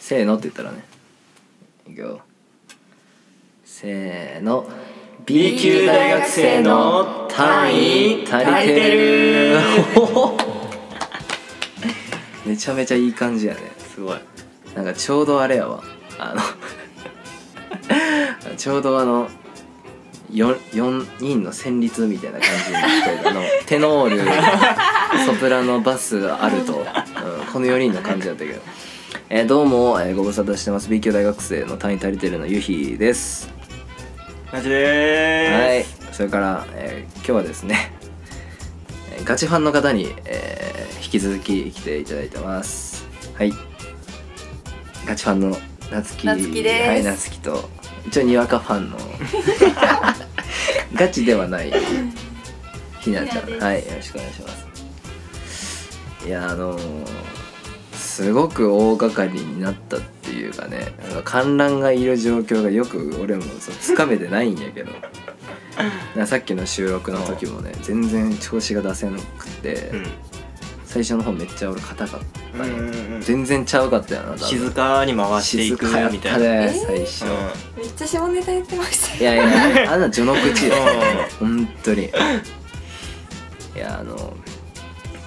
せーのって言ったらねいくよせーの B 級大学生の単位足りてる めちゃめちゃいい感じやねすごいなんかちょうどあれやわあの ちょうどあの 4, 4人の旋律みたいな感じに聞こえるあのテノール ソプラノバスあると、うん、この4人の感じだったけど、えーどうも、えーご無沙汰してます B 級大学生の単位足りてるのゆひですなちではーいす。、それから、えー今日はですね、えーガチファンの方に、えー引き続き来ていただいてます。はい、ガチファンのなつき、なつきですはい、なつきと一応にわかファ ンのガチではないひなちゃひなでん、すはい、よろしくお願いします。いやあのーすごく大掛かりになったっていうかねあの観覧がいる状況がよく俺もそうつかめてないんやけどだからさっきの収録の時もね全然調子が出せなくて、最初の方めっちゃ俺硬かった、ねうん。全然ちゃうかったよな多分静かに回していく静かやっみたたいな。ねえー最初、めっちゃ下ネタ言ってましいやいや あんな序の口よう本当にいやあの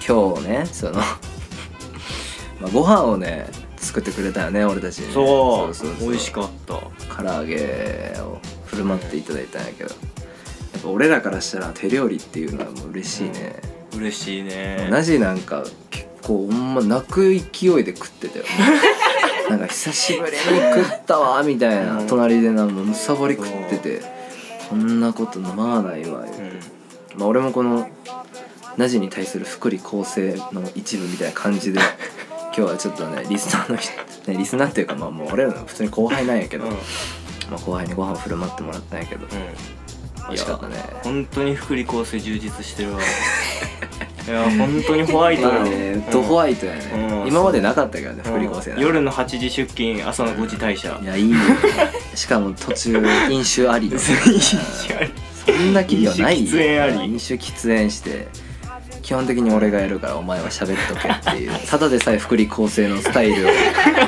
今日ねその まあご飯をね作ってくれたよね俺たちにね、そうそう。美味しくかった。唐揚げを振る舞っていただいたんやけどやっぱ俺らからしたら手料理っていうのはもう嬉しいね、嬉しいね。同じなんか結構ほんま泣く勢いで食ってた よなんか久しぶりに食ったわみたいな、うん隣でなんかむさぼり食っててこんなこと飲まないわよ、うまあ、俺もこのナジに対する福利厚生の一部みたいな感 じで今日はちょっとねリスナーの人、ね、リスナーっていうかまあもう俺らの普通に後輩なんやけん。ど、うん。まあ、後輩にご飯を振る舞ってもらったんやけど美味しかったね本当に福利厚生充実して るわ。いや本当にホワイトまだあねねウッドホイワイトやね、うん今までなかったけどねうん福利厚生なんて夜の8時出勤、朝の5時退社 い。やいいよしかも途中飲酒あり のそんなきりはないよ飲酒喫煙あり飲酒喫煙して基本的に俺がやるからお前は喋っとけって いうただでさえ福利厚生のスタイル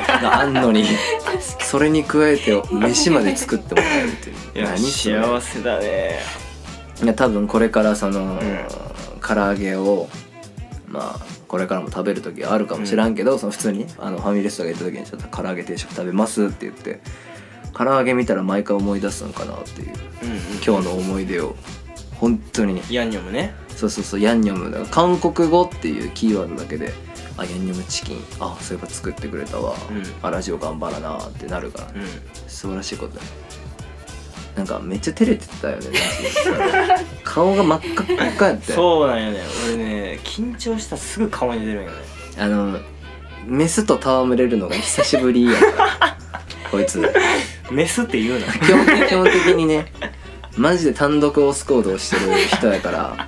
があんのに それに加えて飯まで作ってもらえるっていういや、それ幸せだね。いや多分これからその、ん唐揚げをまあこれからも食べる時あるかもしらんけど、その普通にあのファミレスとか行った時にちょっと唐揚げ定食食べますって言って唐揚げ見たら毎回思い出すのかなっていううんうん。今日の思い出を本当にヤンニョムね。そうそうそうヤンニョムだ韓国語っていうキーワードだけであヤンニョムチキンあそういえば作ってくれたわ、うんあラジオ頑張らなってなるから、うん。素晴らしいことだよなんかめっちゃ照れてたよね顔が真っ赤っかやったよそうなんよね俺ね緊張したらすぐ顔に出るんよねあのメスと戯れるのが久しぶりやからこいつメスって 言うな基本基本的にねマジで単独オス行動してる人やから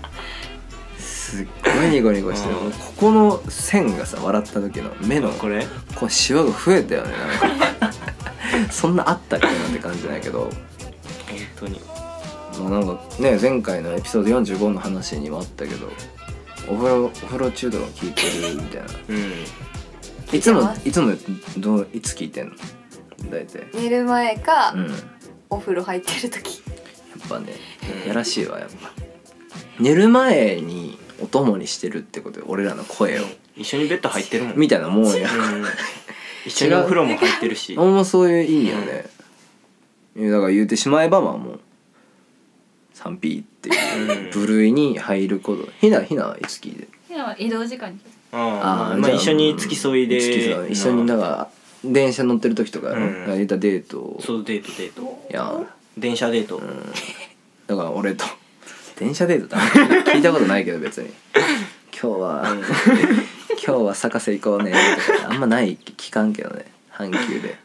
すっごいニコニコしてるうんもうここの線がさ笑った時の目のこれこうシワが増えたよねなんかそんなあったっけなって感じだけど本当にもうなんかね前回のエピソード45の話にもあったけどお風呂お風呂中毒が効いてるみたいなうん いつも聞いつもどういつ聞いてんの大体た寝る前か、うんやっお風呂入ってる時ぱねうんやらしいわやっぱ寝る前にお供にしてるってことよ俺らの声を一緒にベッド入ってるもん、うん、みたいなもんや一緒にお風呂も入ってるしあんまそういう意味よねいやだから言うてしまえばまあもう 3P っていう部類に入ることひなひないつ聞いてるいや移動時間にあーまあじゃ一緒に付き添いで付き添い一緒にだなから電車乗ってる時とかやろ、うんだから言ったらデートをそうデートデートいや電車デート、だから俺と電車デートだ聞いたことないけど別に 今日は、うん 今日は坂瀬行こうねとかあんまない聞かんけどね阪急で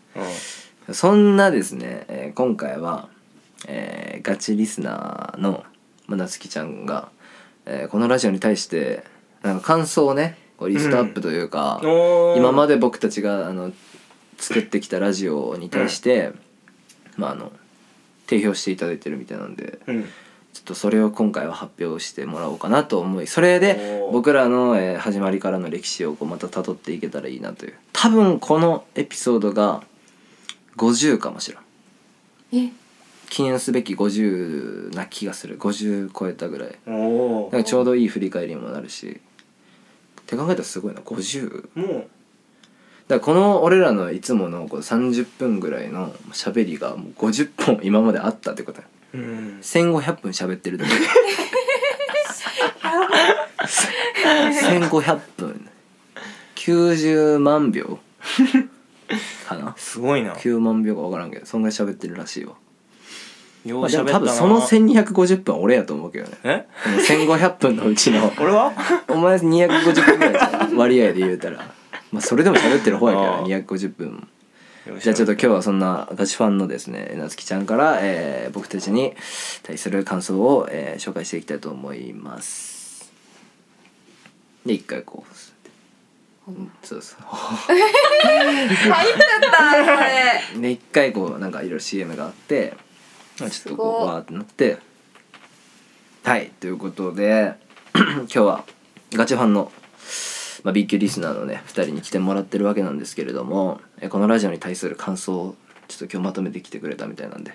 うそんなですね、えー今回は、えーガチリスナーのまなつきちゃんが、えーこのラジオに対してなんか感想をねこうリストアップというか、ん、おー今まで僕たちがあの作ってきたラジオに対して、まああの提供していただいてるみたいなんでうんちょっとそれを今回は発表してもらおうかなと思いそれでおー僕らの、えー始まりからの歴史をこうまた辿っていけたらいいなという多分このエピソードが50かもしれんえ記念すべき50な気がする50超えたぐらいおなんーかちょうどいい振り返りにもなるしって考えたらすごいな50だかもらこの俺らのいつものこう30分ぐらいの喋りがもう50本今まであったってことだよううん1500分喋ってるだけ1500分90万秒かなすごいな9万秒か分からんけどそんぐらい喋ってるらしいわ、ようまあ、で喋もったな多分その1250分は俺やと思うけどねえこの1500分のうち の俺はお前250分ぐらいじゃん割合で言うたら、まあ、それでも喋ってる方やけどあな250分もよう じゃあちょっと喋今日はそんなガチファンのですねえなつきちゃんから、えー僕たちに対する感想を、えー紹介していきたいと思いますで一回こうそうそう入っちゃったこれで一回こうなんかいろいろ CM があってまあちょっとすこごういわーってなってはいということで 今日はガチファンの、まあ、B 級リスナーのね2人に来てもらってるわけなんですけれどもえこのラジオに対する感想をちょっと今日まとめてきてくれたみたいなんで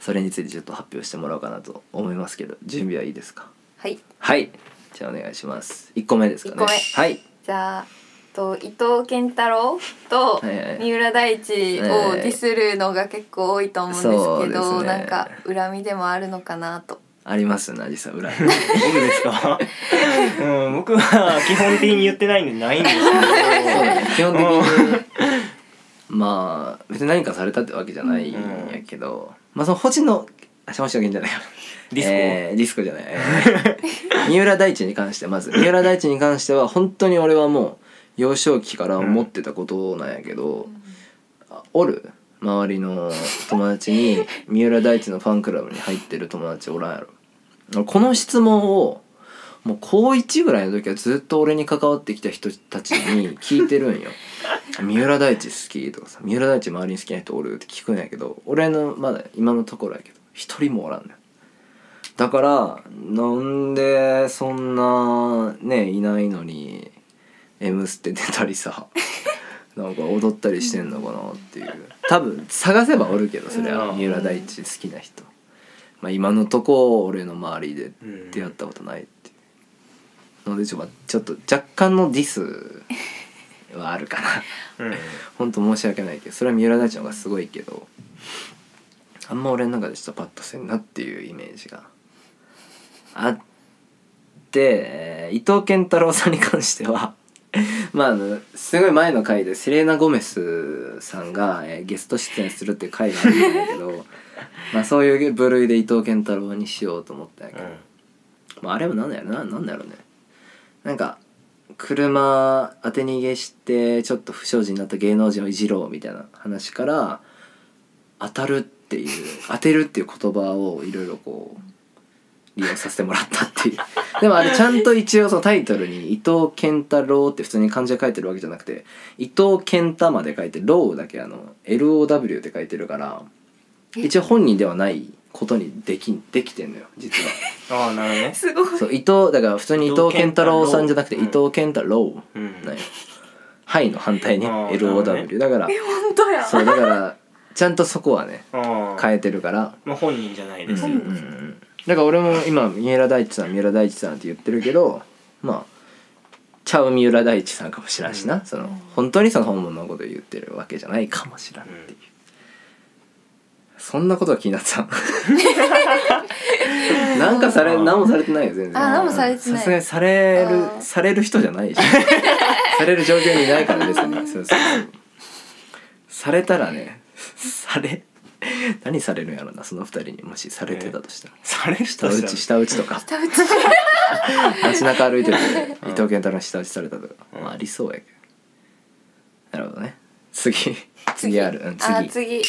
それについてちょっと発表してもらおうかなと思いますけど準備はいいですか はいはいじゃあお願いします1個目ですかね一個目はいじゃあと伊藤健太郎とはいはい三浦大知をはいディスるのが結構多いと思うんですけそうでど、すねなんか恨みでもあるのかなとありますなじさん裏に僕で すかうん僕は基本的に言ってないんでないんです 基本的にまあ別に何かされたってわけじゃないんやけど、まあその星野あ星野源じゃないよけどディスコ、えーディスコじゃない、えー 三浦大知に関してまず三浦大知に関しては本当に俺はもう幼少期から思ってたことなんやけど、あおる周りの友達に三浦大知のファンクラブに入ってる友達おらんやろ俺この質問をもう高1ぐらいの時はずっと俺に関わってきた人たちに聞いてるんよ三浦大知好きとかさ三浦大知周りに好きな人おるって聞くんやけど俺のまだ今のところやけど一人もおらんねんだからなんでそんなねいないのに「M ステ」出たり さなんか踊ったりしてんのかなっていう多分探せばおるけどそれはうん三浦大知好きな人、まあ、今のとこ俺の周りでうん出会ったことないっていうのでちょ,、まあ、ちょっと若干のディスはあるかなうん本当申し訳ないけどそれは三浦大知の方がすごいけどあんま俺の中でちょっとパッとせんなっていうイメージがあって、えー伊藤健太郎さんに関しては まああのすごい前の回でセレーナ・ゴメスさんが、えーゲスト出演するっていう回があるんだけどまあそういう部類で伊藤健太郎にしようと思ったんやけど、まあ、あれもなんだよななんだろうねなんか車当て逃げしてちょっと不祥事になった芸能人をいじろうみたいな話から当たるっていう当てるっていう言葉をいろいろこう利用させてもらったっていうでもあれちゃんと一応そのタイトルに「伊藤健太郎」って普通に漢字で書いてるわけじゃなくて「伊藤健太」まで書いて「ロー」だけあの「LOW」って書いてるから一応本人ではないことにできんできてんのよ実は。ああなるほどねすごいそう伊藤だから普通に伊藤健太郎さんじゃなくて伊伊藤藤健太郎うんなんよはいの反対にあーなるほど LOW ねだから本当やそうだからちゃんとそこはねああ変えてるからまあ本人じゃないですうよんうんうんだから俺も今三浦大知さん三浦大知さんって言ってるけどまあちゃう三浦大知さんかもしらんしな、その本当にその本物のこと言ってるわけじゃないかもしらんっていう、そんなことが気になって たなんかされ何もされてないよ全然あ何もされてないさすがにされあーるされる人じゃないしされる状況にいないから別にそうそうそうされたらねされ何されるんやろなその二人にもしされてたとしたら、される人下打ち下打ちと か下打ち街中歩いてるで伊うん藤健太郎に下打ちされたとか、うんまあ、ありそうやけどなるほどね 次次ある、うん、次あ次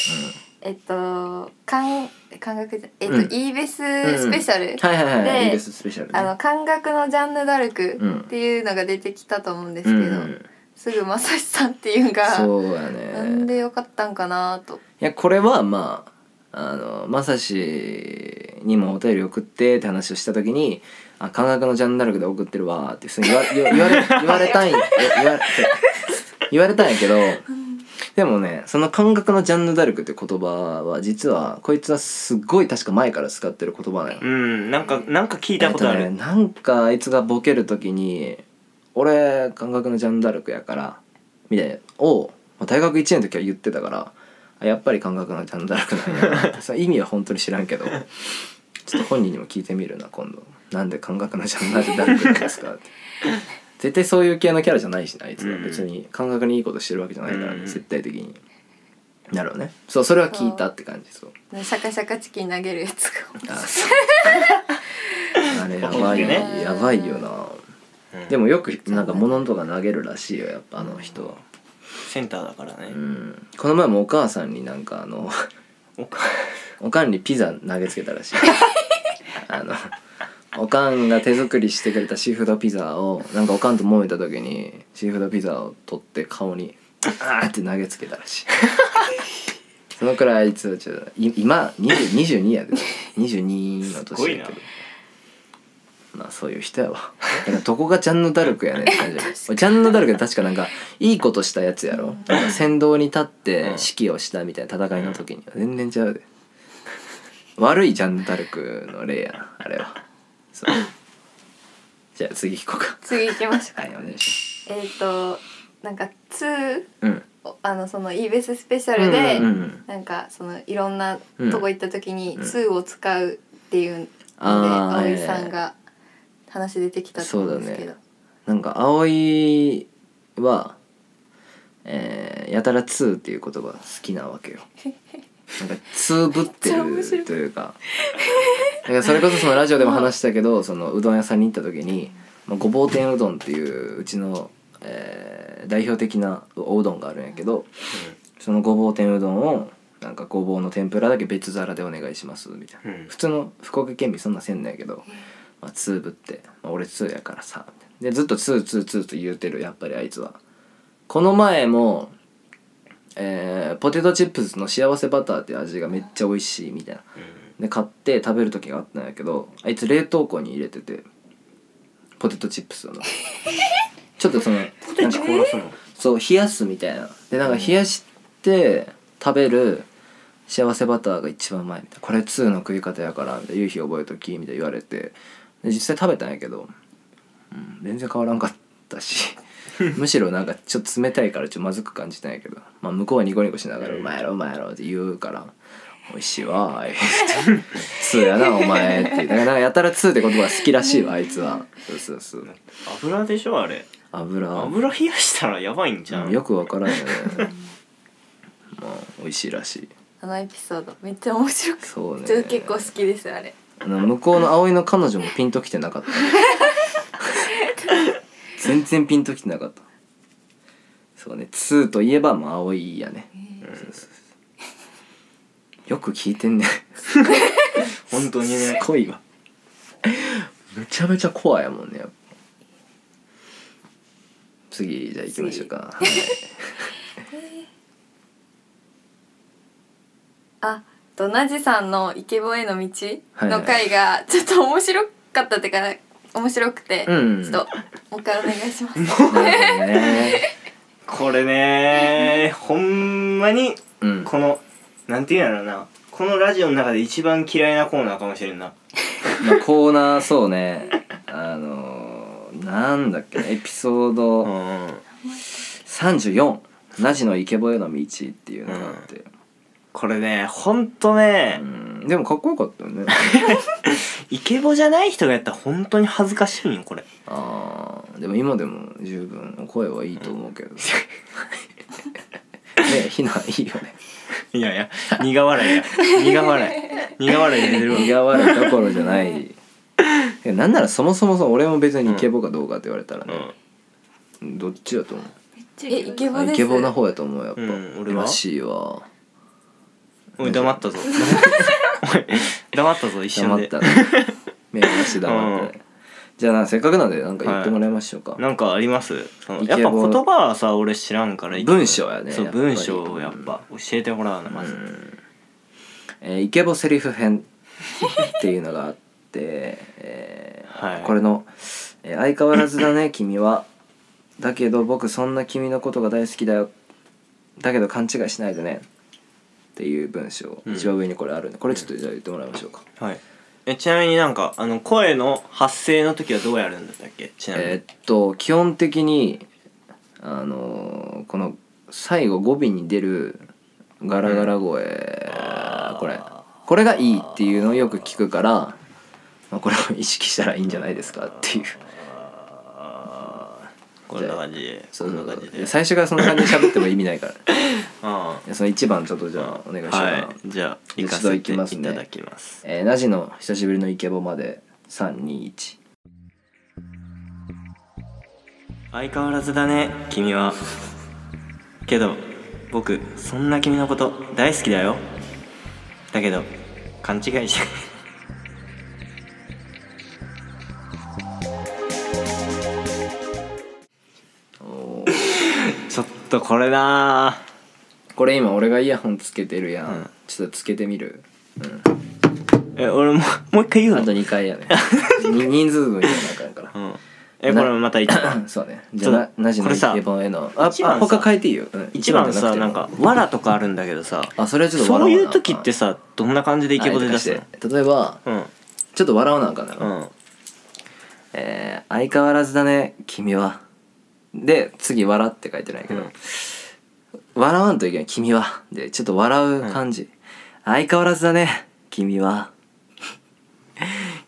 えっと感感覚じゃえっと、うんイーベスうんスペシャル、うんはいはいはいでいいですスペシャルねあの感覚のジャンヌ・ダルうクんっていうのが出てきたと思うんですうけど、んうんすぐまさしさんっていうのがそうやなんねでよかったんかなといやこれはまああのまさしにもお便り送ってって話をした時に「あ感覚のジャンダルクで送ってるわ」って普通に言わ言わ言われ言われたんや言わ言われたんやけどでもねその「感覚のジャンダルク」って言葉は実はこいつはすっごい確か前から使ってる言葉なのよ。うんなんかなんか聞いたことあえっるね、なんかあいつがボケる時に「俺感覚のジャンダルクやから」みたいなをまあ大学1年の時は言ってたからあやっぱり感覚のジャンダルクなんやな ってその意味は本当に知らんけどちょっと本人にも聞いてみるな今度なんで感覚のジャンダルクなんですかって絶対そういう系のキャラじゃないしねあいつはうん別に感覚にいいことしてるわけじゃないから、うね、ん絶対的になるほどねそうそれは聞いたって感じそうシャカシャカチキン投げるやつあがそうあ れやばいよ、ねやばいよなうんでもよくなんか物とか投げるらしいよやっぱあの人は、センターだからうね、ん、この前もお母さんになんかあのおかおかんにピザ投げつけたら しいあのおかんが手作りしてくれたシーフードピザをなんかおかんと揉めた時にシーフードピザを取って顔にあーって投げつけたらし いそのくらいあいつはちょっとい今20 22やで22のすごい年やなけどまあそういう人やわ。だからどこがジャンヌ・ダルクやねんって感 じだよ俺ジャンヌ・ダルクって確かなんかいいことしたやつやろ。なんか先導に立ってうん指揮をしたみたいな戦いの時には全然ちゃうで。悪いジャンヌ・ダルクの例やなあれは。そうじゃあ次行こうか。次行きましょ うはいお願いしえっ、となんか2ます。うん。をあのその e b s スペシャルで、うんうんうんなんかそのいろんなとこ行った時にうん2を使うっていうので、あー葵さんが話出てきたと思うんですけど、なんか葵は、えーやたら「ツー」っていう言葉が好きなわけよ。なんか「つぶってめっちゃ面白るいというかだからそれこそそのラジオでも話したけどそのうどん屋さんに行った時に、まあ、ごぼう天うどんっていううちの、えー代表的なおうどんがあるんやけどそのごぼう天うどんをなんかごぼうの天ぷらだけ別皿でお願いしますみたいな。うんうん普通の福岡県民そんなせんないけど、まあ、ツーブって、まあ、俺ツーやからさみたいなでずっとツーツーツーと言うてるやっぱりあいつはこの前も、えーポテトチップスの幸せバターって味がめっちゃ美味しいみたいなで買って食べる時があったんやけどあいつ冷凍庫に入れててポテトチップスをなちょっとそのなんか凍らすのそう冷やすみたいなでなんか冷やして食べる幸せバターが一番うまいみたいなこれ2の食い方やからみたいな夕日覚えときみたいな言われてで実際食べたんやけど、うん、全然変わらんかった しむしろなんかちょっと冷たいからちょっとまずく感じたんやけど、まあ、向こうはニコニコしながら「うまいやろうまいやろ」って言うから「美味しいわ」って 「2やなお前」ってだからなんかやたら2って言葉が好きらしいわあいつはそうそうそう油でしょあれ油油冷やしたらやばいんじゃん、うんよくわからんよねまあ美味しいらしいあのエピソードめっちゃ面白くて、そうね ちょっと結構好きですあれ。あの向こうの葵の彼女もピンときてな かった全然ピンときてなかったそうね2といえばまあ葵やねうんよく聞いてんね本当にすねごいわめちゃめちゃコアやもんねやっぱ次じゃあ行きましょうか、はいあとなじさんの「イケボへの道」はいの回がちょっと面白かったっていうか面白くて、うんちょっともう一回お願いします。なるほどねこれねほんまにうんこのなんていうんやろなこのラジオの中で一番嫌いなコーナーかもしれんなまあ、コーナーそうねあのー、なんだっけエピソーうドん34「ナジのイケボへの道」っていうのがあって、これねほんとねうんでもかっこよかったよねイケボじゃない人がやったらほんとに恥ずかしいんよこれあーでも今でも十分声はいいと思うけど、ねえひないいよねいやいや苦笑いや苦笑い苦笑い出てるわ苦笑いどころじゃないいやなんならそもそもそも俺も別にイケボかどうかって言われたらね、どっちだと思うえイケボあです。イケボな方やと思うやっぱ、うん俺はらしいわうんおい黙った ぞおい黙ったぞ一瞬黙っで たね目合わせて黙ってね、うじゃあなせっかくなんでなんか言ってもらいましょうか、なんかありますそのイケやボっぱ言葉はさ俺知らんから文章やねそうやっぱり文章をやっぱ教えてもらうなまずうんえーイケボセリフ編っていうのがあって、えーはいこれの、えー相変わらずだ ね君は」「だけど僕そんな君のことが大好きだよ」「だけど勘違いしないでね」っていう文章、うん一番上にこれあるんでこれちょっとじゃあ言ってもらいましょうか。はいえちなみになんかあの声の発声の時はどうやるんだったっけちなみに、えーっと基本的にあのーこの最後語尾に出るガラガラ声、これこれがいいっていうのをよく聞くから、まあ、これを意識したらいいんじゃないですかっていうあーこんな感じでそうそうこんな感じで最初からそんな感じで喋っても意味ないから いあやその1番ちょっとじゃあお願いします、はいじゃあ行かせていただきます,、えーナジの久しぶりのイケボまで321相変わらずだね君はけど僕そんな君のこと大好きだよだけど勘違いしおー ちょっとこれなこれ今俺がイヤホンつけてるやん、うんちょっとつけてみるーえ俺ももう一回言うあとの、 2回や ねに人数分やなあかんからうん、えこれまた一番そうねじゃあななじのこれさイケボへのあ一番あさ他変えていいよ、うん 一じ番ゃさくてなもんか「わら」とかあるんだけどさあそれはちょっとそう笑いわうな時ってさどんな感じでイケボで出すはいとかして例えばのちょっと笑わなあかんな、うんうんえー相変わらずだね君は」で次「笑」って書いてないけど「うん笑わんといけない君は」でちょっと笑う感じ、相変わらずだね君は」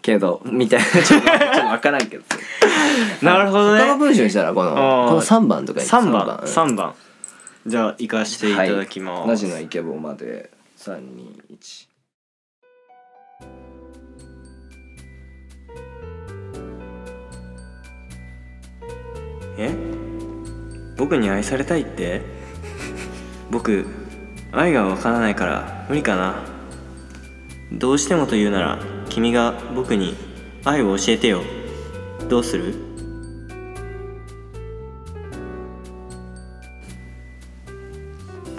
けどみたいなちょっとちょっと分からん けどなるほど他のね文章にしたらこのあーこの3番とかに3番うん3番じゃあ行かせていただきます、はい、なしのイケボまで321え僕に愛されたいって僕愛がわからないから無理かなどうしてもと言うなら君が僕に愛を教えてよどう する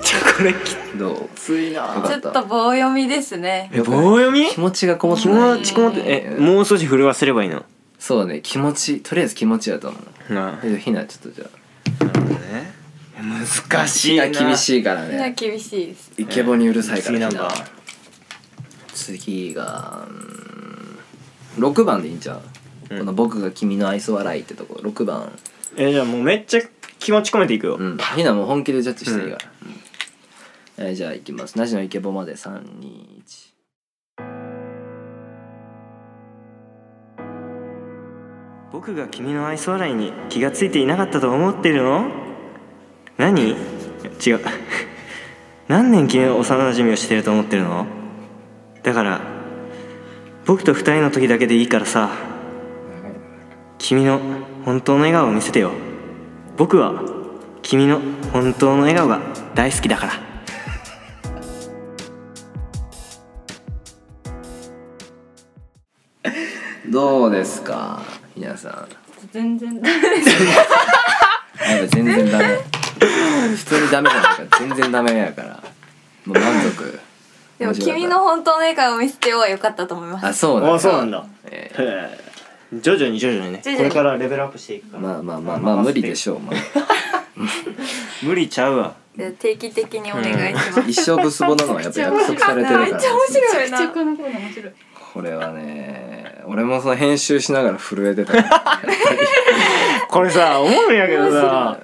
ちょこれきどうついなちょっと棒読みですねよくない棒読み気持ちがこもって気な持いちこもってえもう少し震わせればいいのそうね気持ちとりあえず気持ちやと思うなえひなちょっとじゃあね難しひいなな厳しいからみんなね厳しいですイケボにうるさいから次ナひンバなー次がうん6番でいいんちゃううんこの「僕が君の愛想笑い」ってとこ6番えじゃあもうめっちゃ気持ち込めていくよ、うんひなもう本気でジャッジしていいからうんえーじゃあいきますなしのイケボまで321僕が君の愛想笑いに気がついていなかったと思ってるの何違う 何年君は幼馴染をしてると思ってるのだから僕と二人の時だけでいいからさ君の本当の笑顔を見せてよ僕は君の本当の笑顔が大好きだからどうですかひなさん全然ダ メですやっぱ全然ダメ普通にダメじゃないから全然ダメやからもう満足でも君の本当の笑顔を見せては良かったと思いますあそうなんだだえ 徐々に徐々にね徐々にこれらレベルアップしていくーまあまあまあまあ無理でしょう、まあ、無理ちゃうわじゃあ定期的にお願いします一生ブスボなのはやっぱ約束されてるから、めっちゃ面白いめっちゃなこのコーナー面白いこれはね俺もその編集しながら震えてたからこれさ思うんやけどさ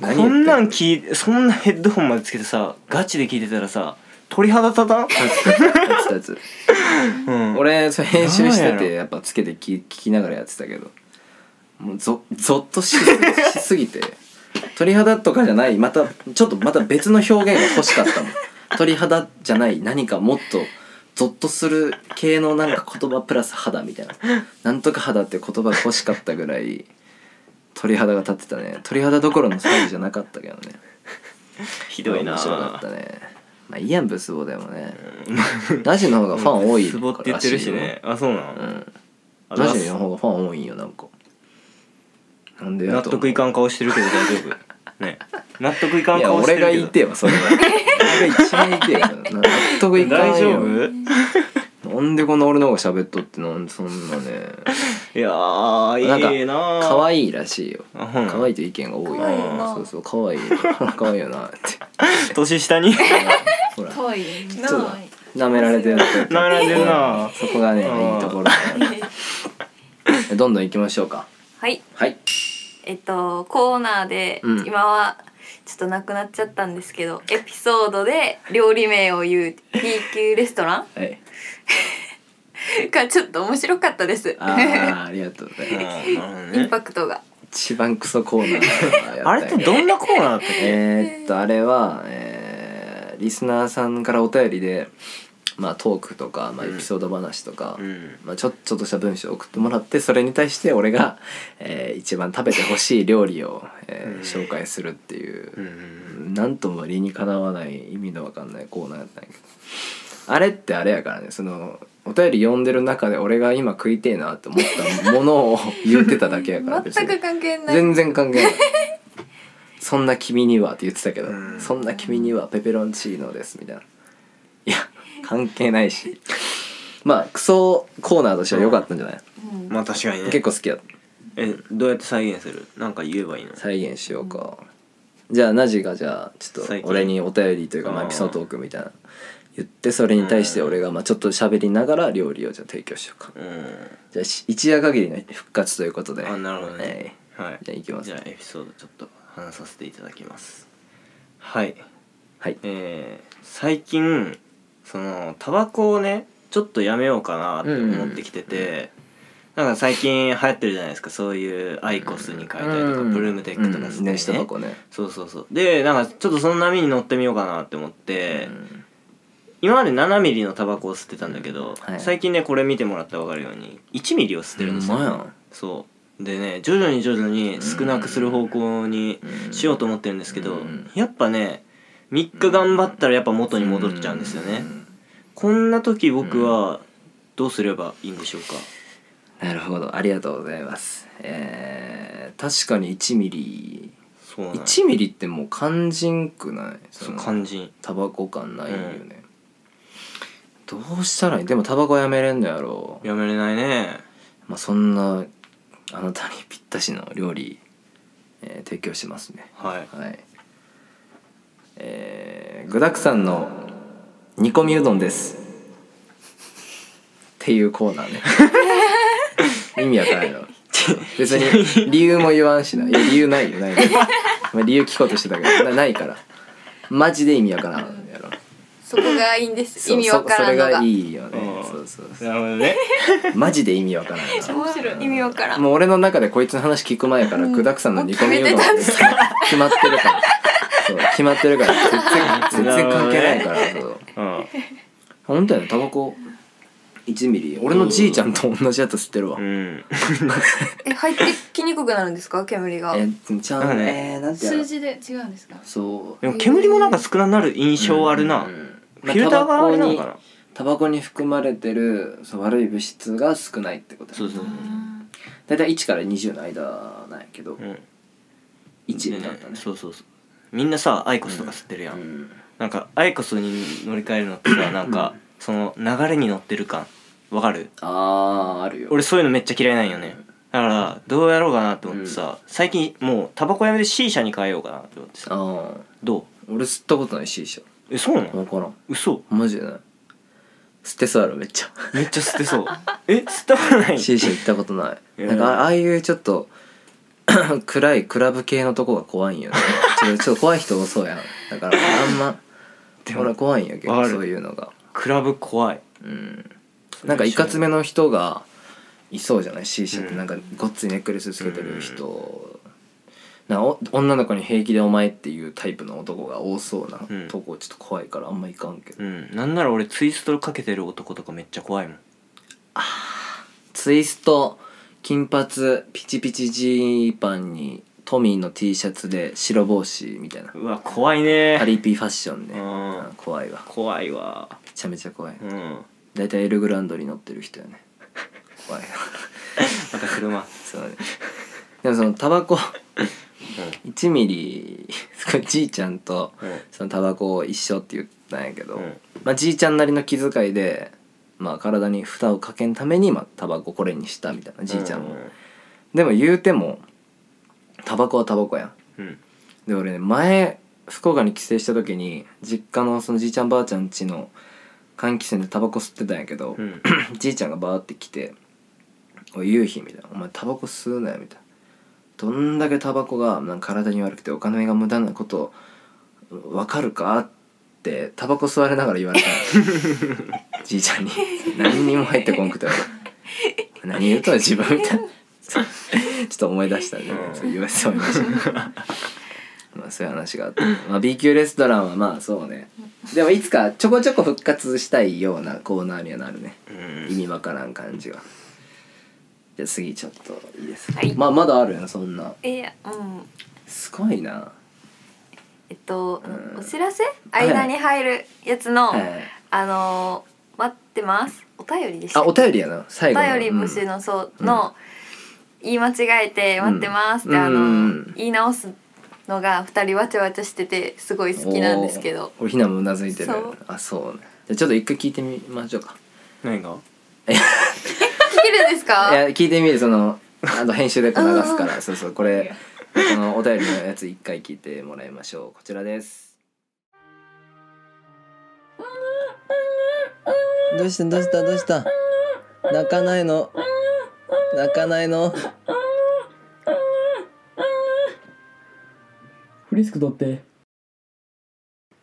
何こんなんん聞いそんなヘッドホンまでつけてさガチで聞いてたらさ鳥肌立たん、やつやつうん、俺それ編集してなんやてろやっぱつけて聞聞きながらやってたけどもうぞぞっとししすぎて鳥肌とかじゃないまたちょっとまた別の表現が欲しかったもん鳥肌じゃない何かもっとゾッとする系のなんか言葉プラス肌みたいななんとか肌って言葉が欲しかったぐらい鳥肌が立ってたね鳥肌どころの騒ぎじゃなかったけどねひどいな面白かったねまあいいやんブスボでもねラジの方がファン多いスボって言ってるしねあそうなの、うんあラジオの方がファン多いんよなんかなんでや納と 得いかん顔してるけど大丈夫ね納得いかんいや顔して俺るがけ言いてえわそれは俺が一番言いてえわ納得いどかんよ大丈夫なんでこんな俺の方が喋っとってなんそんなねいやーなんかいいなー可愛いらしいよあほん可愛いと意見が多い可愛いよなそうそう可愛いよ可愛いよなって年下に ほら遠いなそうだ舐められてるなめられてるなそこがねいいうんところだ よどんどん行きましょうかはいはいえっとコーナーで、うん今はちょっとなくなっちゃったんですけどエピソードで料理名を言う B 級レストラはいン がちょっと面白かったですあ ーありがとうございうんますうんイねンパクトが一番クソコーナーだなあれってどんなコーナーだったっけえーっとあれは、えーリスナーさんからお便りで、まあ、トークとか、まあ、エうんピソード話とか、うんまあ、ちょちょっとした文章を送ってもらってそれに対して俺が、えー一番食べてほしい料理を、えーうん紹介するっていうう、んなんとも理にかなわない意味のわかんないコーナーやったんやけどあれってあれやからねそのお便り読んでる中で俺が今食いてえなって思ったものを言ってただけや から全く関係ない全然関係ないそんな君にはって言ってたけど、うんそんな君にはペペロンチーノですみたいないや関係ないしまあクソコーナーとしては良かったんじゃない、うんまあ確かにね結構好きやったえどうやって再現するなんか言えばいいの再現しようか、じゃあナジがじゃあちょっ最と近俺にお便りというかまああーエピソードトークみたいな言ってそれに対して俺がまあちょっと喋りながら料理をじゃあ提供しようかうんじゃあし一夜限りの復活ということであなるほどねはいはいじゃあいきますじゃあエピソードちょっと話させていただきますはいはいえー最近そのタバコをねちょっとやめようかなって思ってきてて、なんか最近流行ってるじゃないですかそういうアイコスに変えたりとか、うんブルームテックとかうんね一箱ねそうそうそうでなんかちょっとその波に乗ってみようかなって思って、うん今まで7ミリのタバコを吸ってたんだけど、はい最近ねこれ見てもらったら分かるように1ミリを吸ってるんですよ、ほんまやんそうでね徐々に徐々に少なくする方向にしようと思ってるんですけど、うんやっぱね3日頑張ったらやっぱ元に戻っちゃうんですよね、こんな時僕はどうすればいいんでしょうか、なるほどありがとうございますえー、確かに1ミリそうなんや1ミリってもう肝心くないそそうの肝心タバコ感ないよね、どうしたらいいでもタバコやめれんのやろやめれないねまあそんなあなたにぴったしの料理、えー提供しますねはいはいえー具だくさんの煮込みうどんですっていうコーナー ね意味わからんよ別に理由も言わんしないや理由ないよないよ、まあ、理由聞こうとしてたけどなないからマジで意味わからんやろそこがいいんですそう意味わからんのそそれががいいよねうんそうそうそうなるほどねマジで意味わからんよ 面白い意味わからんもう俺の中でこいつの話聞く前から具だくさんの煮込みうどんもう決めてたんです決まってるからそう決まってるから全然全然関係ないからそう うん本当やねタバコ1ミリ俺のじいちゃんと同じやつ吸ってるわ、うんえ入ってきにくくなるんですか煙がえちゃうねえー、なんてやろ数字で違うんですかそうでも煙もなんか少なくなる印象あるな、うんフィルターがあれなのかな、まあタバコに含まれてるそう悪い物質が少ないってことそうそうそうだいたい1から20の間なんやけど、うん1でだったねそうそうそうみんなさアイコスとか吸ってるやん、うんなんかアイコスに乗り換えるのってさなんか、その流れに乗ってる感わかるあーあるよ俺そういうのめっちゃ嫌いなんよねだからどうやろうかなと思ってさ、最近もうタバコやめて C 社に変えようかなって思ってさああど俺吸ったことないししうえそうなの分からん嘘マジでない吸ってそうやろめっちゃめっちゃ吸ってそう え吸ったこ とない C 社行ったことないやなんかあああいうちょっと 暗いクラブ系のとこが怖いんよねちょっとちょっと怖い人多そうやんだからあんまでも俺怖いんやけわどかるそういうのがクラブ怖いうんなんかいかつめの人がいそうじゃない C 社っうてんなんかごっついネックレスつけてる人なんかお女の子に平気で「お前」っていうタイプの男が多そうなうんとこちょっと怖いからあんまいかんけどうんなんなら俺ツイストかけてる男とかめっちゃ怖いもんツイスト金髪ピチピチジーパンにトミーの T シャツで白帽子みたいなうわ怖いねパリピファッションうねん怖いわ怖いわめちゃめちゃ怖いうんま大体エルグランドに乗ってる人よね怖いわた車 そうねでもそのタバコ1ミリそこじいちゃんとうんそのタバコを一緒って言ったんやけど、うんまあ、じいちゃんなりの気遣いで、まあ、体に負担をかけんために、まあ、タバコこれにしたみたいなじいちゃんも、でも言うてもタバコはタバコやんうんで俺ね前福岡に帰省した時に実家のそのじいちゃんばあちゃん家の換気扇でタバコ吸ってたんやけど、うんじいちゃんがバーって来て「おい夕日」みたいな「お前タバコ吸うなよ」みたいなどんだけタバコがなんか体に悪くてお金が無駄なことわかるかってタバコ吸われながら言われた のじいちゃんに何にも入ってこんくて俺何言うとん自分みたいなそうちょっと思い出したんで、うんそう言わせてもらいましたまあそういう話があって、まあ、B 級レストランはまあそうねでもいつかちょこちょこ復活したいようなコーナーにはなるねうん意味わからん感じがじゃあ次ちょっといいですか、はいまあまだあるやんそんないやうんすごいなえっと、うんお知らせい間に入るやつの、はいあのー待ってますお便りでしたあおお便りやな最後の便り募集うんの、そううんの、言い間違えて待ってますって、うんあのうん言い直すのが二人わちゃわちゃしててすごい好きなんですけどおー俺ひなもうなずいてるそうあそうねじゃあちょっと一回聞いてみましょうか何が聞けるんですいかや聞いてみるそのあの編集でこう流すからそうそうこれこのお便りのやつ一回聞いてもらいましょうこちらですどうしたどうしたどうした泣かないの泣かないのフリスク取って。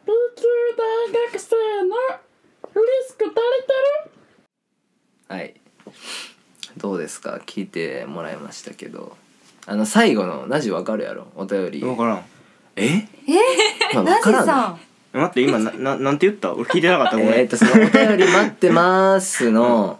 B 級大学生のフリスク足りてるはいどうですか聞いてもらいましたけどあの最後のなじわかるやろお便り分からんえまあなわじからんさなん待って今なななんて言った俺聞いてなかったごめん、えーっとその「お便り待ってますの」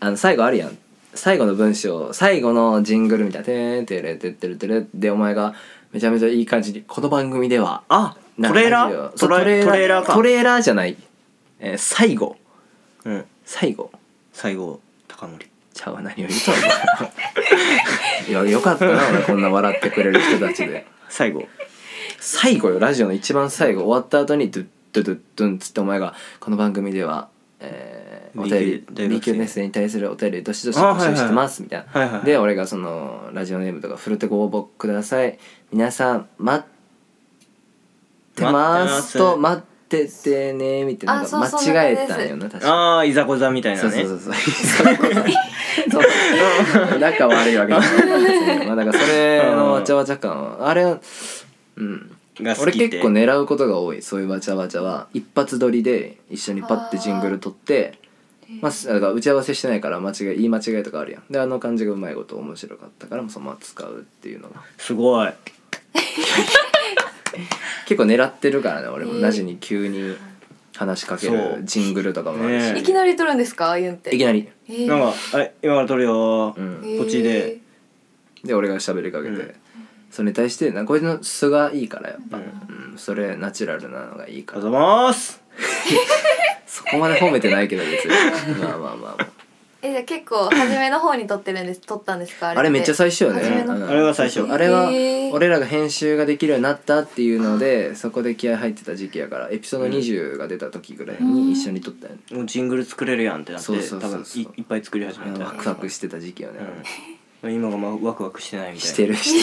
あの最後あるやん最後の文章最後のジングルみたいな「てーんてれてってれてれ」でお前がめちゃめちゃいい感じに「この番組ではあ」トレーラーそトうラトレーラーかトレーラーじゃない、えー最後うん最後最後高森ちゃうわ何を言うとんの いやよかったな俺こんな笑ってくれる人たちで最後最後よラジオの一番最後終わった後にドゥッドゥドゥッドゥンっつってお前がこの番組では、えー、お便 B 級大り学生 B 級ネスに対するお便りどしどしあ募集してますみたいな、はいはいで俺がそのラジオネームとか振るってご応募ください皆さん待ってますと待っててねみたいななんあかそうそう間違えたんよな確かああいざこざみたいなそうねそうそう そうそうそう仲悪いわけじゃないまあだからそれのわちゃわちゃ感はあれはうんが好俺きって結構狙うことが多いそういうわちゃわちゃは一発撮りで一緒にパッてジングル撮ってまあ、すだから打ち合わせしてないから間違い言い間違いとかあるやんであの感じがうまいこと面白かったからもうそのまま使うっていうのがすごい結構狙ってるからね俺もへえなじに急に話しかけそうるジングルとかもあるし、ねいきなり撮るんですかああいうんっていきなり、えーなんかあれ今から撮るよー、うんこっちでで俺が喋りかけて、うんそれに対してなこいつの素がいいからやっぱ、ううんんそれナチュラルなのがいいあからりがとうございますそこまで褒めてないけど別にまあまあまあ、まえーじゃあ結構初めの方に撮ってるんです撮ったんですかああ、れあれめっちゃ最初よね、初めうんのあれが最初あれはへー俺らが編集ができるようになったっていうのでそこで気合入ってた時期やからエピソード20が出た時ぐらいに一緒に撮ったよね、もうジングル作れるやんってなってそうそうそうそう多分いいっぱい作り始めあたのワクワクしてた時期よね、うん、今がまワクワクしてないみたいしなてるし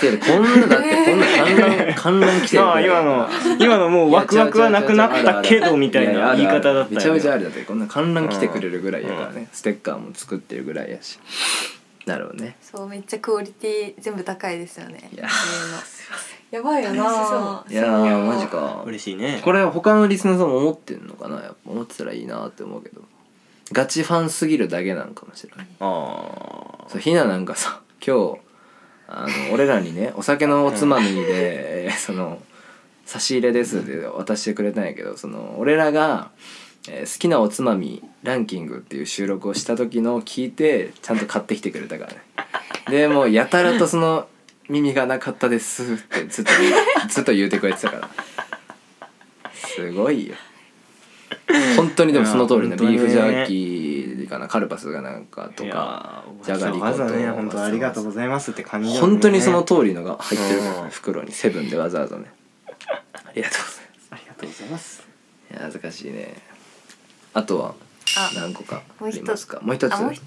てるこんなだってこんな観覧観覧来てるああ今 の今のもうワクワクはなくなったけどみた いな言い方だったよねめちゃめちゃあるだってこんな観覧来てくれるぐらいやからねステッカーも作ってるぐらいやしなるほどねそうめっちゃクオリティ全部高いですよねいやーやばいよないやーマジか嬉しいねこれ他のリスナーさんも思ってんのかなやっぱ思ってたらいいなって思うけどガチファンすぎるだけなんかもしれないあそうひななんかさ今日あの俺らにねお酒のおつまみで、えーその差し入れですで渡してくれたんやけどその俺らが、えー好きなおつまみランキングっていう収録をした時のを聞いてちゃんと買ってきてくれたからねでもうやたらとその「耳がなかったです」ってずっとずっと言うてくれてたからすごいよ本当にでもその通りねいやビ本当にーねフジャーキービかなカルパスがなんかとかじゃがりこわざわざねと本当ありがとうございますって感じだもんね本当にその通りのが入ってるうん袋にセブンでわざわざねありがとうございますありがとうございますいや恥ずかしいねあとはあ何個かもあう一つりますかもう一つあもうひ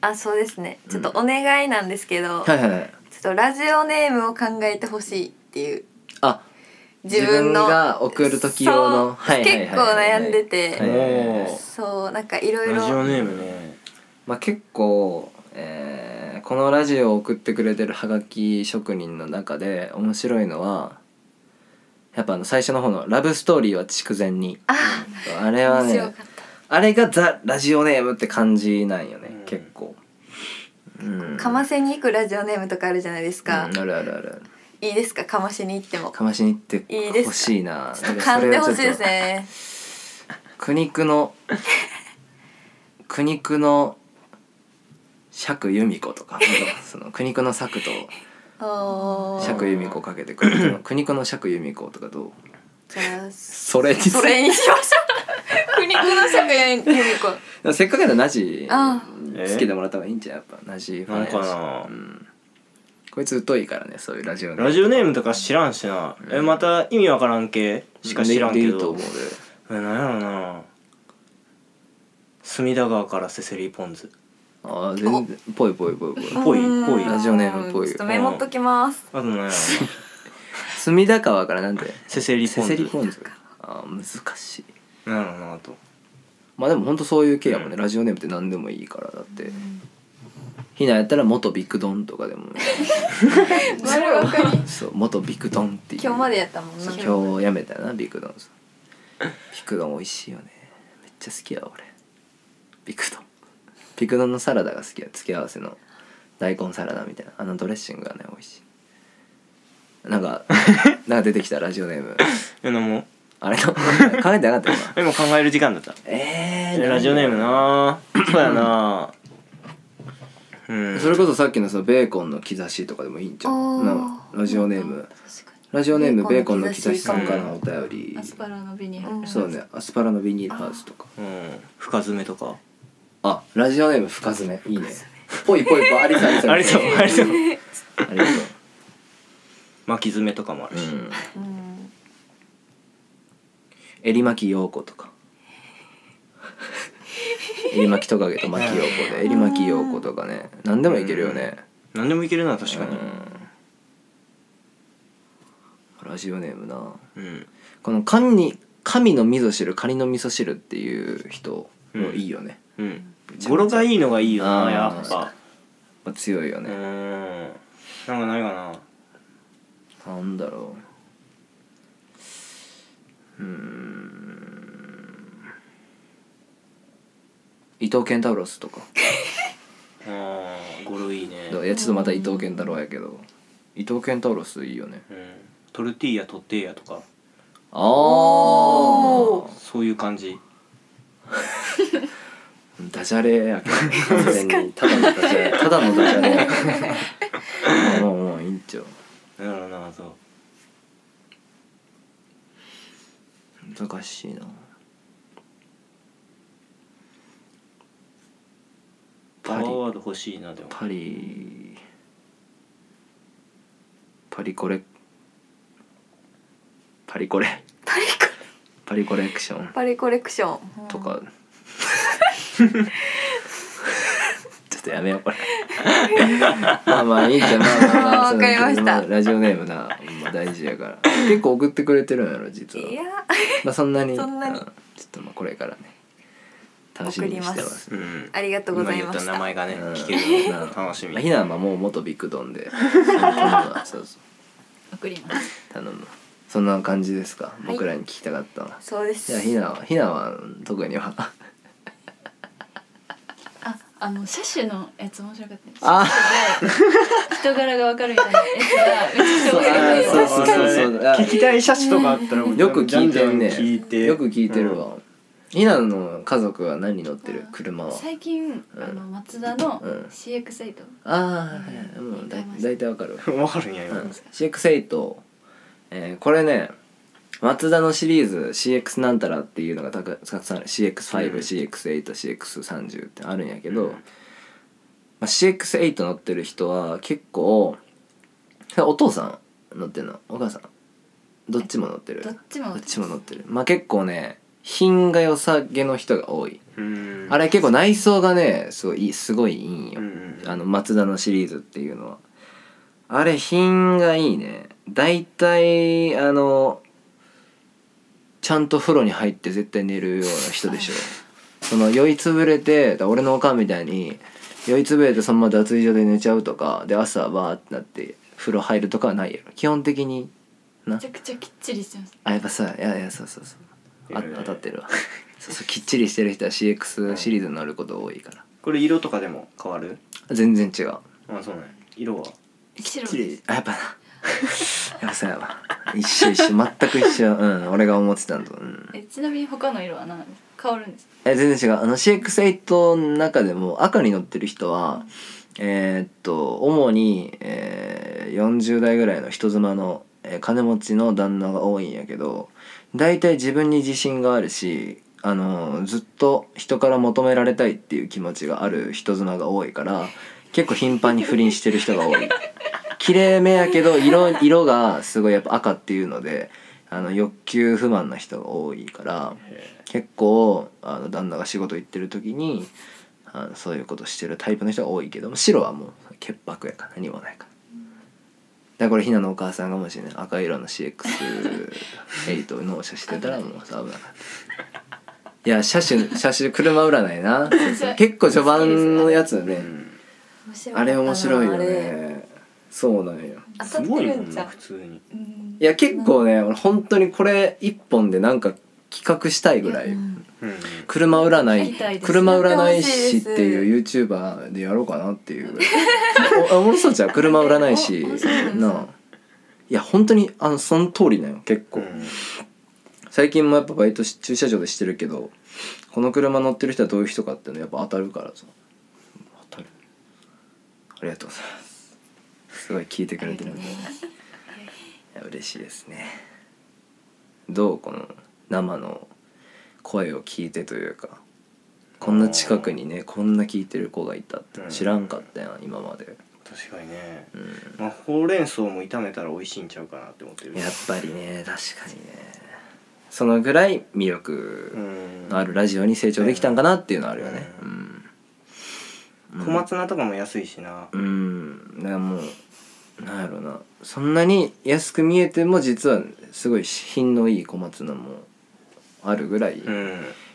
あそうですねちょっとお願いなんですけど、ちはょいはいはいっとラジオネームを考えてほしいっていうあ自分自の分が送る時用のそうはいはいはい結構悩んでて、はいもそうなんかいろういラジオろネームねまあ、結構、えーこのラジオを送ってくれてるハガキ職人の中で面白いのはやっぱあの最初の方の「ラブストーリーは筑前に」ああれは面白かっねあれがザ・ラジオネームって感じなんよね、うん結構。うん、たかませに行くラジオネームとかあるじゃないですか、うんあるあるあるいいですかかましに行ってもかましに行っていいですかほしいなちょっと噛んでほしいですなんかそねれはちょっと苦肉の苦肉の釈由美子とかその苦肉の作とおー釈由美子かけて苦肉の苦肉の釈由美子とかどうじゃあそれにそれにしましょう苦肉の釈由美子でもせっかくのナジあつけてもらった方がいいんじゃんやっぱナジファンやしなんかなうん、こいつ疎いからねそういうラジオラジオネームとか知らんしな、えまた意味わからん系しか知らんけでいいとど思うでえなんやろな隅田川からセセリーポン酢ああ全然ぽいぽいぽいぽいぽいぽいラジオネームっぽいちょっとメモっときますあとなんやろ な隅田川からなんでセセリーポセン酢セリポンズああ難しいなんやろなあとまあでもほんとそういう系やもんね、ラジオネームって何でもいいからだってひなやったら元ビクドンとかでも、 ね、丸わかりそう元ビクドンっていう今日までやったもんなそう今日やめたなビクドンさビクドン美味しいよねめっちゃ好きや俺ビクドンビクドンのサラダが好きや付け合わせの大根サラダみたいなあのドレッシングがね美味しいなんかなんか出てきたラジオネームえなもあれの考えてなかった今今考える時間だったええラジオネームなそうやなうんそれこそさっきのそのベーコンの兆しとかでもいいんじゃんおーなラジオネーム確かラジオネームベベーーココンンのの兆兆ししささんんかかららののお便りアスパラのビニール、うんそうねアスパラのビニールハウスとかうん深爪とかあラジオネーム深爪いいねぽいぽいぽいありそうありそうありそう ありそうありそう巻き爪とかもあるし、にうん襟巻き陽子と か襟巻きトカゲと巻き陽子で襟巻き陽子とかね何でもいけるよね何でもいけるな確かにうんラジオネームなうんこの神に神の味噌汁カニの味噌汁っていう人もいいよね、うん語呂がいいのがいいよあなーやっぱまあ強いようね、んなんかないかななんだろううーん伊藤健太郎スとかあー語呂いいねいやちょっとまた伊藤健太郎やけど伊藤健太郎スいいよねうんトルティーヤトッテーヤとかああそういう感じダジャレやけど完全にただのダジャレただのダジャレやけどもうもうもういいんちゃうなんやろなあと難しいなパパワリーワード欲しいなでもパリパリコレパリコレパリコパリコレクションパリコレクションと かちょっとやめようこれ まあまあいいんじゃんまあまあまあわかりましたそのラジオネームな、まあ、大事やから結構送ってくれてるんやろ実はいやまあそんなにそんなにうんちょっとまあこれからね楽しみにしてますうんうんありがとうございまし今言たった名前がねうん聞けるのうん楽しみまあひなはまあもう元ビッグドンで そうそう送ります頼むそんな感じですか、僕らに聞きたかったのはそうですじゃあひなはひなは特にはああの車種のやつ面白かったですあ人柄がわかるみたいなやつがあそうめちゃくちゃ面白いそうそうそうあ聞きたい写真とかあったらもうよく聞いてるねじゃんじゃん聞いてよく聞いてるわ、ひなの家族は何乗ってる車は最近あのマツダのうん CX8 ああ、はいはい、もう だい大体わかるわうんわかるんや今うん CX8、えーこれねマツダのシリーズ CX なんたらっていうのがたくたくさんある CX5、うん CX8CX30 ってあるんやけど、まあ、CX8 乗ってる人は結構お父さん乗ってるのお母さんどっちも乗ってるどっちもどっちも乗ってるまあ結構ね品が良さげの人が多い、うんあれ結構内装がねすごいいいすごいいいんよ、うんうんあのマツダのシリーズっていうのはあれ品がいいねだいたいあのちゃんと風呂に入って絶対寝るような人で しょその酔いつぶれてだから俺のおかんみたいに酔いつぶれてそのまま脱衣所で寝ちゃうとかで朝バーってなって風呂入るとかはないやろ基本的になめちゃくちゃきっちりしてますあやっぱさいやいやそうそうそうあいやいや当たってるわそうそうきっちりしてる人は CX シリーズに乗ること多いからこれ色とかでも変わる全然違うあそうね色は白きれいあやっぱな やっぱそうやわ一緒一緒全く一緒うん俺が思ってたのと、うん、えちなみに他の色は何変わるんですかえ全然違うあの CX8 の中でも赤に乗ってる人はえーっと主に、えー40代ぐらいの人妻の、えー金持ちの旦那が多いんやけど大体自分に自信があるしあのずっと人から求められたいっていう気持ちがある人妻が多いから結構頻繁に不倫してる人が多い綺麗めやけど色色がすごいやっぱ赤っていうのであの欲求不満な人が多いから結構あの旦那が仕事行ってる時にあのそういうことしてるタイプの人が多いけども白はもう潔白やから何もないから。だからこれひなのお母さんがもしね赤色の CX8 を納車してたらもうさ危なかったいや車種車種車占いなそうそう結構序盤のやつはね、面白あれ面白いよあれねそうなんよ当たすってごいもるんんじなゃん普通にうんいや結構ね俺本当にこれ一本でなんか企画したいぐらいうんうん車やりた占いいです車占い師っていう YouTuber でやろうかなっていうおおもろそうじゃん車占い師お面白いですなあいや本当にあのその通りなよ結構、最近もやっぱバイトし駐車場でしてるけどこの車乗ってる人はどういう人かっていうのやっぱ当たるからさ当たるありがとうございますすごい聞いてくれてるんでいや嬉しいですねどうこの生の声を聞いてというかこんな近くにねこんな聞いてる子がいたって知らんかったやん今まで、確かにね、うん、まあ、ほうれん草も炒めたら美味しいんちゃうかなって思ってるやっぱりね確かにねそのぐらい魅力うんのあるラジオに成長できたんかなっていうのはあるよね。うん。小松菜とかも安いしな、うん。だからもう、なんやろな。そんなに安く見えても実はすごい品のいい小松菜もあるぐらい。うん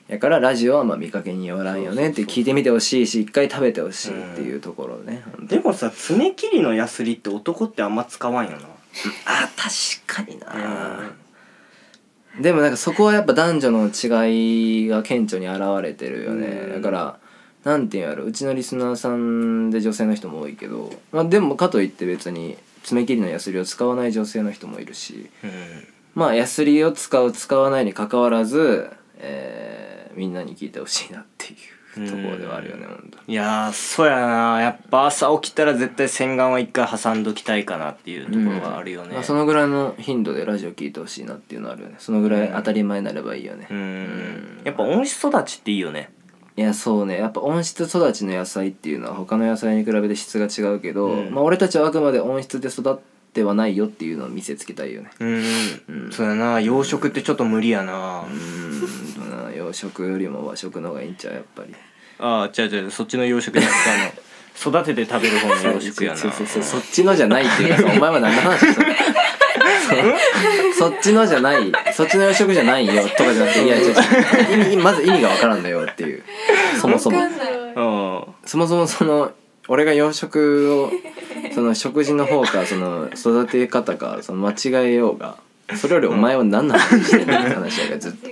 やからラジオはまあ見かけによらんよねって聞いてみてほしいし、一回食べてほしいっていうところね。本当でもさ爪切りのヤスリって男ってあんま使わんよあ、確かにな。なでもなんかそこはやっぱ男女の違いが顕著に現れてるよねうだんからなんていうんやろうちのリスナーさんで女性の人も多いけど、まあ、でもかといって別に爪切りのヤスリを使わない女性の人もいるしうんまあヤスリを使う使わないに関わらず、えーみんなに聞いてほしいなっていうところではあるよね本当にいやーそうやなやっぱ朝起きたら絶対洗顔は一回挟んどきたいかなっていうところがあるよねまあ、そのぐらいの頻度でラジオ聞いてほしいなっていうのはあるよねそのぐらい当たり前になればいいよねうんやっぱ温室育ちっていいよねいやそうねやっぱ温室育ちの野菜っていうのは他の野菜に比べて質が違うけど、うんまあ、俺たちはあくまで温室で育ってはないよっていうのを見せつけたいよねうん、そうやな養殖ってちょっと無理やな、うーんどうな洋食よりも和食の方がいいんちゃうやっぱりああ違う違うそっちの養殖じゃなくてあの育てて食べる方の養殖や なそうそうそうそっちのじゃないっていうかお前は何の話 してんのそそっちのじゃないそっちの洋食じゃないよとかじゃなくていや違う違う意味まず意味がわからんのよっていうそもそもわかんないあそもそもその俺が養殖をその食事の方かその育て方かその間違えようがそれよりお前は何の話してんのって話やからずっと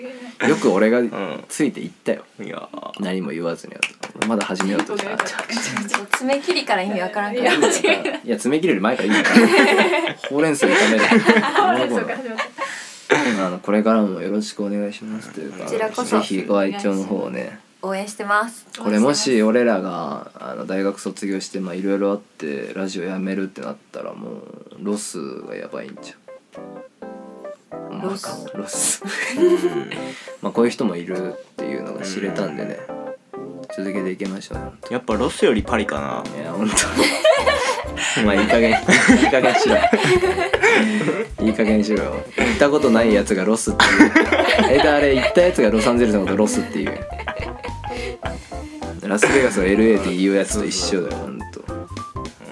よく俺がついていったよあいやー何も言わずにはまだ始めようとしたそう爪切りから意味わからんから いや爪切りより前からいいからほうれん草炒めるあのこれからもよろしくお願いしますというかこちらこそぜひご愛聴の方をね応援してますこれもし俺らがあの大学卒業してまあいろいろあってラジオやめるってなったらもうロスがやばいんじゃんロスロス うんまあこういう人もいるっていうのが知れたんでね続けていきましょうやっぱロスよりパリかないや本当にまあいい加減いい加減しろいい加減しろ行ったことないやつがロスっていうえであれ行ったやつがロサンゼルスのことロスっていうラスベガスを LA って言うやつと一緒だよ本当。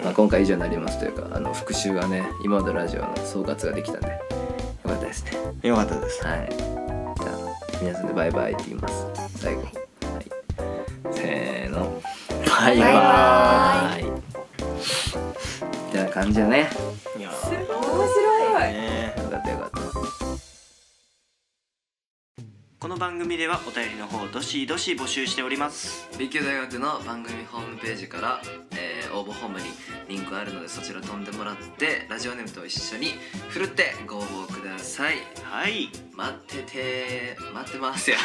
まあ今回以上になりますというかあの復習がね今までのラジオの総括ができたんでよかったですねよかったですはい。じゃあ皆さんでバイバイって言います。最後。はい。せーの。バイババイ。みたいな感じだね。いや面白いねよかったよかった。この番組ではお便りの方どしどし募集しております立教大学の番組ホームページから、えー応募ホームにリンクあるのでそちら飛んでもらってラジオネームと一緒にふるってご応募くださいはい待ってて待ってますよ